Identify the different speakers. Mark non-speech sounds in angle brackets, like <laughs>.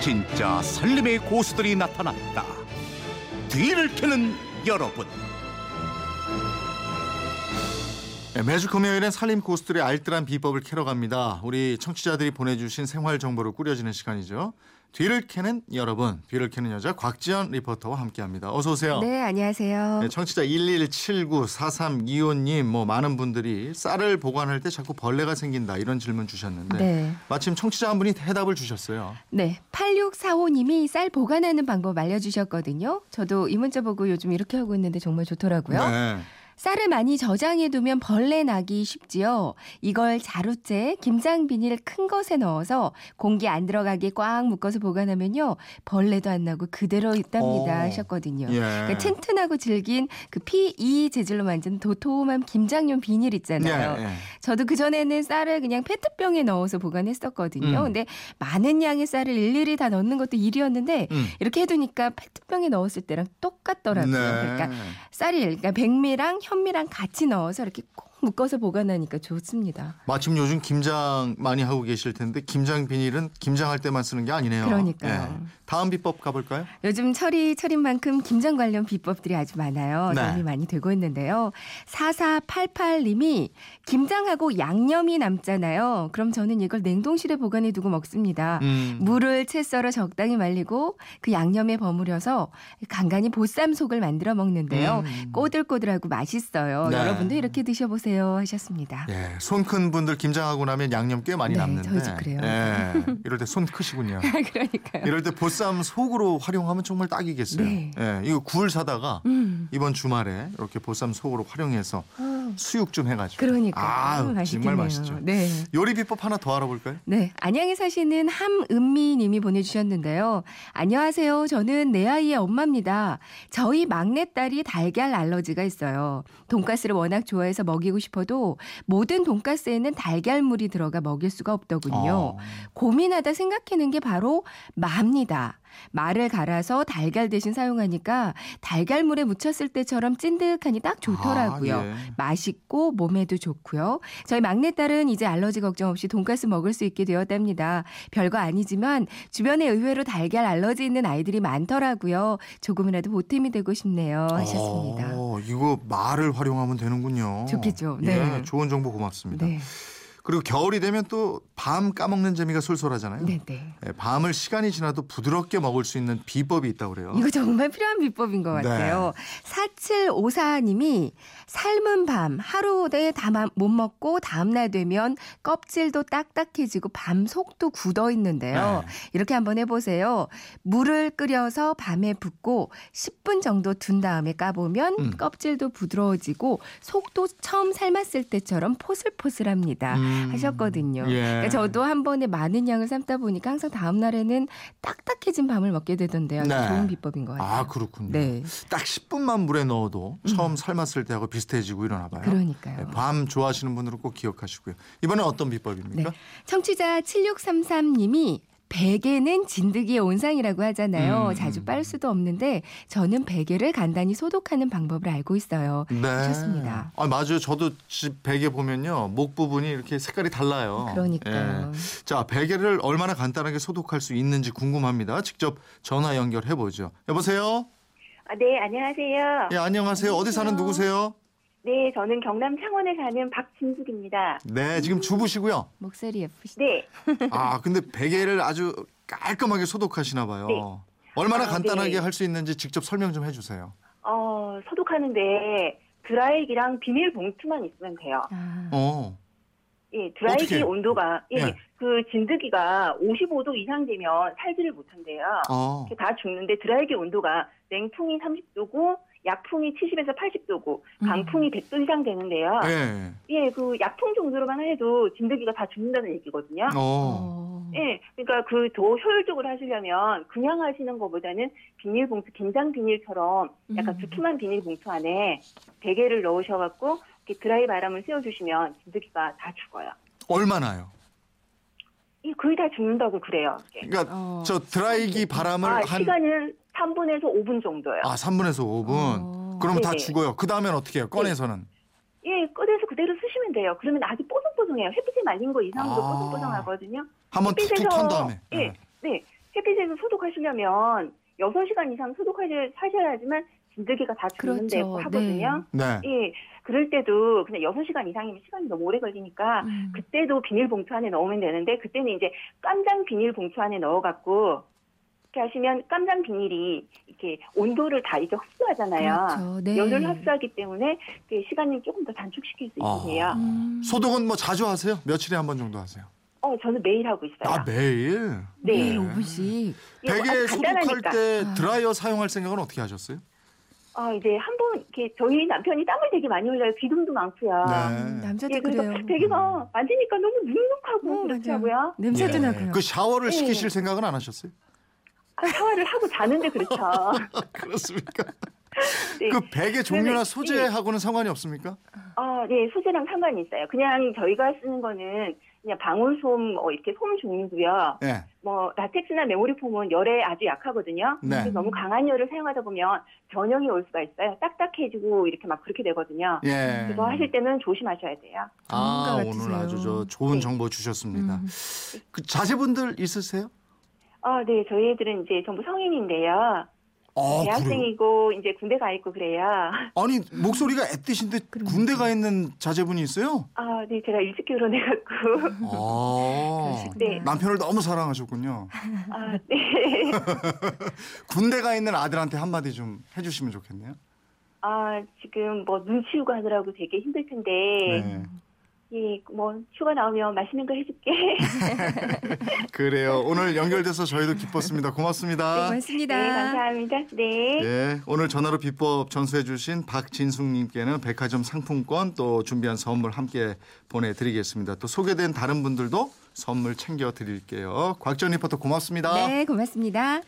Speaker 1: 진짜 살림의 고수들이 나타났다. 뒤를 캐는 여러분.
Speaker 2: 네, 매주 금요일엔 살림 고수들의 알뜰한 비법을 캐러 갑니다. 우리 청취자들이 보내주신 생활 정보를 꾸려지는 시간이죠. 뒤를 캐는 여러분, 뒤를 캐는 여자 곽지연 리포터와 함께합니다. 어서 오세요.
Speaker 3: 네, 안녕하세요.
Speaker 2: 네, 청취자 1179-4325님 뭐 많은 분들이 쌀을 보관할 때 자꾸 벌레가 생긴다 이런 질문 주셨는데
Speaker 3: 네.
Speaker 2: 마침 청취자 한 분이 해답을 주셨어요.
Speaker 3: 네, 8645님이 쌀 보관하는 방법 알려주셨거든요. 저도 이 문자 보고 요즘 이렇게 하고 있는데 정말 좋더라고요.
Speaker 2: 네.
Speaker 3: 쌀을 많이 저장해두면 벌레 나기 쉽지요. 이걸 자루째 김장 비닐 큰 것에 넣어서 공기 안 들어가게 꽉 묶어서 보관하면요. 벌레도 안 나고 그대로 있답니다
Speaker 2: 어.
Speaker 3: 하셨거든요.
Speaker 2: 예.
Speaker 3: 그러니까 튼튼하고 질긴 그 PE 재질로 만든 도톰한 김장용 비닐 있잖아요.
Speaker 2: 예, 예.
Speaker 3: 저도 그전에는 쌀을 그냥 페트병에 넣어서 보관했었거든요.
Speaker 2: 음.
Speaker 3: 근데 많은 양의 쌀을 일일이 다 넣는 것도 일이었는데
Speaker 2: 음.
Speaker 3: 이렇게 해두니까 페트병에 넣었을 때랑 똑같더라고요. 그러니까
Speaker 2: 네.
Speaker 3: 쌀이 그러니까 백미랑 현미랑 같이 넣어서 이렇게 꼭 묶어서 보관하니까 좋습니다.
Speaker 2: 마침 요즘 김장 많이 하고 계실 텐데 김장 비닐은 김장할 때만 쓰는 게 아니네요. 예.
Speaker 3: 그러니까요.
Speaker 2: 다음 비법 가볼까요?
Speaker 3: 요즘 철이 철인 만큼 김장 관련 비법들이 아주 많아요.
Speaker 2: 네.
Speaker 3: 도움이 많이 되고 있는데요. 4488님이 김장하고 양념이 남잖아요. 그럼 저는 이걸 냉동실에 보관해 두고 먹습니다.
Speaker 2: 음.
Speaker 3: 물을 채 썰어 적당히 말리고 그 양념에 버무려서 간간히 보쌈 속을 만들어 먹는데요.
Speaker 2: 음.
Speaker 3: 꼬들꼬들하고 맛있어요.
Speaker 2: 네.
Speaker 3: 여러분도 이렇게 드셔보세요 하셨습니다. <laughs>
Speaker 2: 예, 손 큰 분들 김장하고 나면 양념 꽤 많이
Speaker 3: 네,
Speaker 2: 남는데.
Speaker 3: 저희 집 그래요.
Speaker 2: 예, 이럴 때 손
Speaker 3: <laughs>
Speaker 2: 크시군요.
Speaker 3: 그러니까요.
Speaker 2: 이럴 때 보쌈 속으로 활용하면 정말 딱이겠어요.
Speaker 3: 네.
Speaker 2: 예, 이거 굴 사다가
Speaker 3: 음.
Speaker 2: 이번 주말에 이렇게 보쌈 속으로 활용해서
Speaker 3: 어,
Speaker 2: 수육 좀 해가지고.
Speaker 3: 그러니까
Speaker 2: 아, 정말
Speaker 3: 맛있겠네요.
Speaker 2: 맛있죠.
Speaker 3: 네.
Speaker 2: 요리 비법 하나 더 알아볼까요?
Speaker 3: 네, 안양에 사시는 함은미님이 보내주셨는데요. 안녕하세요. 저는 내 아이의 엄마입니다. 저희 막내딸이 달걀 알러지가 있어요. 돈가스를 워낙 좋아해서 먹이고 싶어도 모든 돈가스에는 달걀물이 들어가 먹일 수가 없더군요.
Speaker 2: 어,
Speaker 3: 고민하다 생각해낸 게 바로 마입니다. 말을 갈아서 달걀 대신 사용하니까 달걀물에 묻혔을 때처럼 찐득하니 딱 좋더라고요.
Speaker 2: 아, 예.
Speaker 3: 맛있고 몸에도 좋고요. 저희 막내딸은 이제 알러지 걱정 없이 돈가스 먹을 수 있게 되었답니다. 별거 아니지만 주변에 의외로 달걀 알러지 있는 아이들이 많더라고요. 조금이라도 보탬이 되고 싶네요. 하셨습니다.
Speaker 2: 어, 이거 말을 활용하면 되는군요.
Speaker 3: 좋겠죠. 네.
Speaker 2: 예, 좋은 정보 고맙습니다.
Speaker 3: 네,
Speaker 2: 그리고 겨울이 되면 또 밤 까먹는 재미가 솔솔하잖아요.
Speaker 3: 네, 네.
Speaker 2: 예, 밤을 시간이 지나도 부드럽게 먹을 수 있는 비법이 있다고 그래요.
Speaker 3: 이거 정말 필요한 비법인 것
Speaker 2: 그렇죠. 네.
Speaker 3: 같아요. 4754님이 삶은 밤 하루 내다못 먹고 다음날 되면 껍질도 딱딱해지고 밤 속도 굳어 있는데요.
Speaker 2: 네.
Speaker 3: 이렇게 한번 해보세요. 물을 끓여서 밤에 붓고 10분 정도 둔 다음에 까보면
Speaker 2: 음.
Speaker 3: 껍질도 부드러워지고 속도 처음 삶았을 때처럼 포슬포슬합니다.
Speaker 2: 음.
Speaker 3: 하셨거든요.
Speaker 2: 예.
Speaker 3: 그러니까 저도 한 번에 많은 양을 삶다 보니까 항상 다음 날에는 딱딱해진 밤을 먹게 되던데요.
Speaker 2: 네.
Speaker 3: 좋은 비법인 것 같아요.
Speaker 2: 아 그렇군요.
Speaker 3: 네,
Speaker 2: 딱 10분만 물에 넣어도 처음 삶았을 때하고 비슷해지고 이러나 봐요. 네,
Speaker 3: 그러니까요.
Speaker 2: 밤 좋아하시는 분들은 꼭 기억하시고요. 이번엔 어떤 비법입니까?
Speaker 3: 네. 청취자 7633님이 베개는 진드기의 온상이라고 하잖아요.
Speaker 2: 음.
Speaker 3: 자주 빨 수도 없는데 저는 베개를 간단히 소독하는 방법을 알고 있어요.
Speaker 2: 네.
Speaker 3: 하셨습니다.
Speaker 2: 아 맞아요. 저도 집 베개 보면요 목 부분이 이렇게 색깔이 달라요.
Speaker 3: 그러니까요.
Speaker 2: 예. 자 베개를 얼마나 간단하게 소독할 수 있는지 궁금합니다. 직접 전화 연결해 보죠. 여보세요.
Speaker 4: 아, 네, 안녕하세요.
Speaker 2: 예 안녕하세요. 어디 사는 누구세요?
Speaker 4: 네, 저는 경남 창원에 사는 박진숙입니다.
Speaker 2: 네 지금 주부시고요.
Speaker 3: 목소리 예쁘시죠?
Speaker 4: 네,
Speaker 2: 아 근데 베개를 아주 깔끔하게 소독하시나 봐요.
Speaker 4: 네.
Speaker 2: 얼마나
Speaker 4: 아,
Speaker 2: 간단하게
Speaker 4: 네.
Speaker 2: 할 수 있는지 직접 설명 좀 해주세요.
Speaker 4: 어, 소독하는데 드라이기랑 비닐봉투만 있으면 돼요.
Speaker 3: 아,
Speaker 2: 어.
Speaker 4: 예, 드라이기
Speaker 2: 어떻게?
Speaker 4: 온도가, 예,
Speaker 2: 예.
Speaker 4: 그 진드기가 55도 이상 되면 살지를 못한대요.
Speaker 2: 어.
Speaker 4: 이렇게 다 죽는데 드라이기 온도가 냉풍이 30도고, 약풍이 70에서 80도고,
Speaker 3: 음.
Speaker 4: 강풍이 100도 이상 되는데요.
Speaker 2: 예.
Speaker 4: 예, 그 약풍 정도로만 해도 진드기가 다 죽는다는 얘기거든요.
Speaker 2: 어.
Speaker 3: 어.
Speaker 4: 예, 그러니까 그 더 효율적으로 하시려면 그냥 하시는 것보다는 비닐봉투, 김장 비닐처럼 약간
Speaker 3: 음.
Speaker 4: 두툼한 비닐봉투 안에 베개를 넣으셔갖고 이렇게 드라이 바람을 쐬어주시면 진드기가 다 죽어요.
Speaker 2: 얼마나요?
Speaker 4: 이 거의 다 죽는다고 그래요. 이게.
Speaker 2: 그러니까
Speaker 3: 어.
Speaker 2: 저 드라이기 바람을
Speaker 4: 아,
Speaker 2: 한
Speaker 4: 시간은 3분에서 5분 정도예요.
Speaker 2: 아, 3분에서 5분.
Speaker 3: 어.
Speaker 2: 그러면 다
Speaker 4: 네네.
Speaker 2: 죽어요. 그다음엔 어떻게 해요? 꺼내서는.
Speaker 4: 예, 꺼내서 그대로 쓰시면 돼요. 그러면 아주 뽀송뽀송해요. 햇빛에 말린 거 이상으로
Speaker 2: 아.
Speaker 4: 뽀송뽀송하거든요.
Speaker 2: 한번 툭툭
Speaker 4: 햇빛에서-
Speaker 2: 턴 다음에.
Speaker 4: 예, 네. 햇빛에서 소독하시려면 6시간 이상 소독하셔야 하지만 진드기가 다 죽는데
Speaker 3: 그렇죠.
Speaker 4: 하거든요.
Speaker 2: 네.
Speaker 4: 예, 그럴 때도 그냥 6시간 이상이면 시간이 너무 오래 걸리니까
Speaker 3: 음.
Speaker 4: 그때도 비닐봉투 안에 넣으면 되는데 그때는 이제 깜장 비닐봉투 안에 넣어갖고 이렇게 하시면 깜장 비닐이 이렇게 온도를 다 이제 흡수하잖아요.
Speaker 3: 그렇죠. 네.
Speaker 4: 열을 흡수하기 때문에 그 시간을 조금 더 단축시킬 수
Speaker 2: 아.
Speaker 4: 있으세요.
Speaker 3: 음.
Speaker 2: 소독은 뭐 자주 하세요? 며칠에 한 번 정도 하세요?
Speaker 4: 어, 저는 매일 하고 있어요.
Speaker 2: 아 매일.
Speaker 3: 매일
Speaker 4: 네.
Speaker 3: 5분씩.
Speaker 4: 이게 뭐
Speaker 2: 베개
Speaker 4: 아주
Speaker 2: 소독할
Speaker 4: 간단하니까.
Speaker 2: 때 드라이어 사용할 생각은 어떻게 하셨어요?
Speaker 4: 아, 이제 한 번 이렇게 저희 남편이 땀을 되게 많이 흘려요. 비듬도 많고요.
Speaker 2: 네.
Speaker 3: 음, 남자들
Speaker 4: 예, 그래서
Speaker 3: 그래요.
Speaker 4: 되게가 만지니까 너무 눅눅하고
Speaker 3: 음,
Speaker 4: 그렇더라고요.
Speaker 3: 냄새도
Speaker 2: 예.
Speaker 3: 나고요.
Speaker 2: 그 샤워를
Speaker 4: 네.
Speaker 2: 시키실 생각은 안 하셨어요?
Speaker 4: <laughs> 아, 샤워를 하고 자는데 그렇죠.
Speaker 2: 그렇습니까?
Speaker 4: 네.
Speaker 2: 그 베개 종류나
Speaker 4: 네.
Speaker 2: 소재하고는 상관이 없습니까?
Speaker 4: 아, 네, 소재랑 상관이 있어요. 그냥 저희가 쓰는 거는 그냥 방울솜, 뭐 이렇게 솜 종류고요.
Speaker 2: 네.
Speaker 4: 뭐 라텍스나 메모리폼은 열에 아주 약하거든요.
Speaker 2: 네.
Speaker 4: 그래서 너무 강한 열을 사용하다 보면 변형이 올 수가 있어요. 딱딱해지고 이렇게 막 그렇게 되거든요.
Speaker 2: 예.
Speaker 4: 그거 하실 때는 조심하셔야 돼요.
Speaker 2: 아 오늘
Speaker 3: 전문가 음, 같으세요.
Speaker 2: 아주 저
Speaker 4: 네.
Speaker 2: 좋은 정보 주셨습니다.
Speaker 3: 음.
Speaker 2: 그 자제분들 있으세요?
Speaker 4: 아, 네, 저희 애들은 이제 전부 성인인데요.
Speaker 2: 아 그래요?
Speaker 4: 네, 대학생이고 이제 군대 가 있고 그래요. <laughs>
Speaker 2: 아니 목소리가 애뜻인데
Speaker 3: 그러니까.
Speaker 2: 군대 가 있는 자제분이
Speaker 3: <laughs>
Speaker 2: 있어요?
Speaker 4: 아, 네, 제가 일찍
Speaker 2: <laughs>
Speaker 4: 결혼해갖고.
Speaker 2: 아
Speaker 3: 그러시구나.
Speaker 4: 네.
Speaker 2: 남편을 너무 사랑하셨군요.
Speaker 4: 아, 네.
Speaker 2: 군대 가 있는 아들한테 한마디 좀 해주시면 좋겠네요.
Speaker 4: 아, 지금 뭐 눈치우고 하느라고 되게 힘들 텐데.
Speaker 2: 네.
Speaker 4: 예, 뭐 휴가 나오면 맛있는 거
Speaker 2: <laughs>
Speaker 4: 해줄게. 네,
Speaker 2: 그래요. 오늘 연결돼서 저희도 기뻤습니다. 고맙습니다.
Speaker 3: 고맙습니다.
Speaker 4: 네, 감사합니다. 네.
Speaker 2: 예, 오늘 전화로 비법 전수해주신 박진숙님께는 백화점 상품권 또 준비한 선물 함께 보내드리겠습니다. 또 소개된 다른 분들도 선물 챙겨드릴게요. 곽전 리포터 고맙습니다.
Speaker 3: 네, 고맙습니다.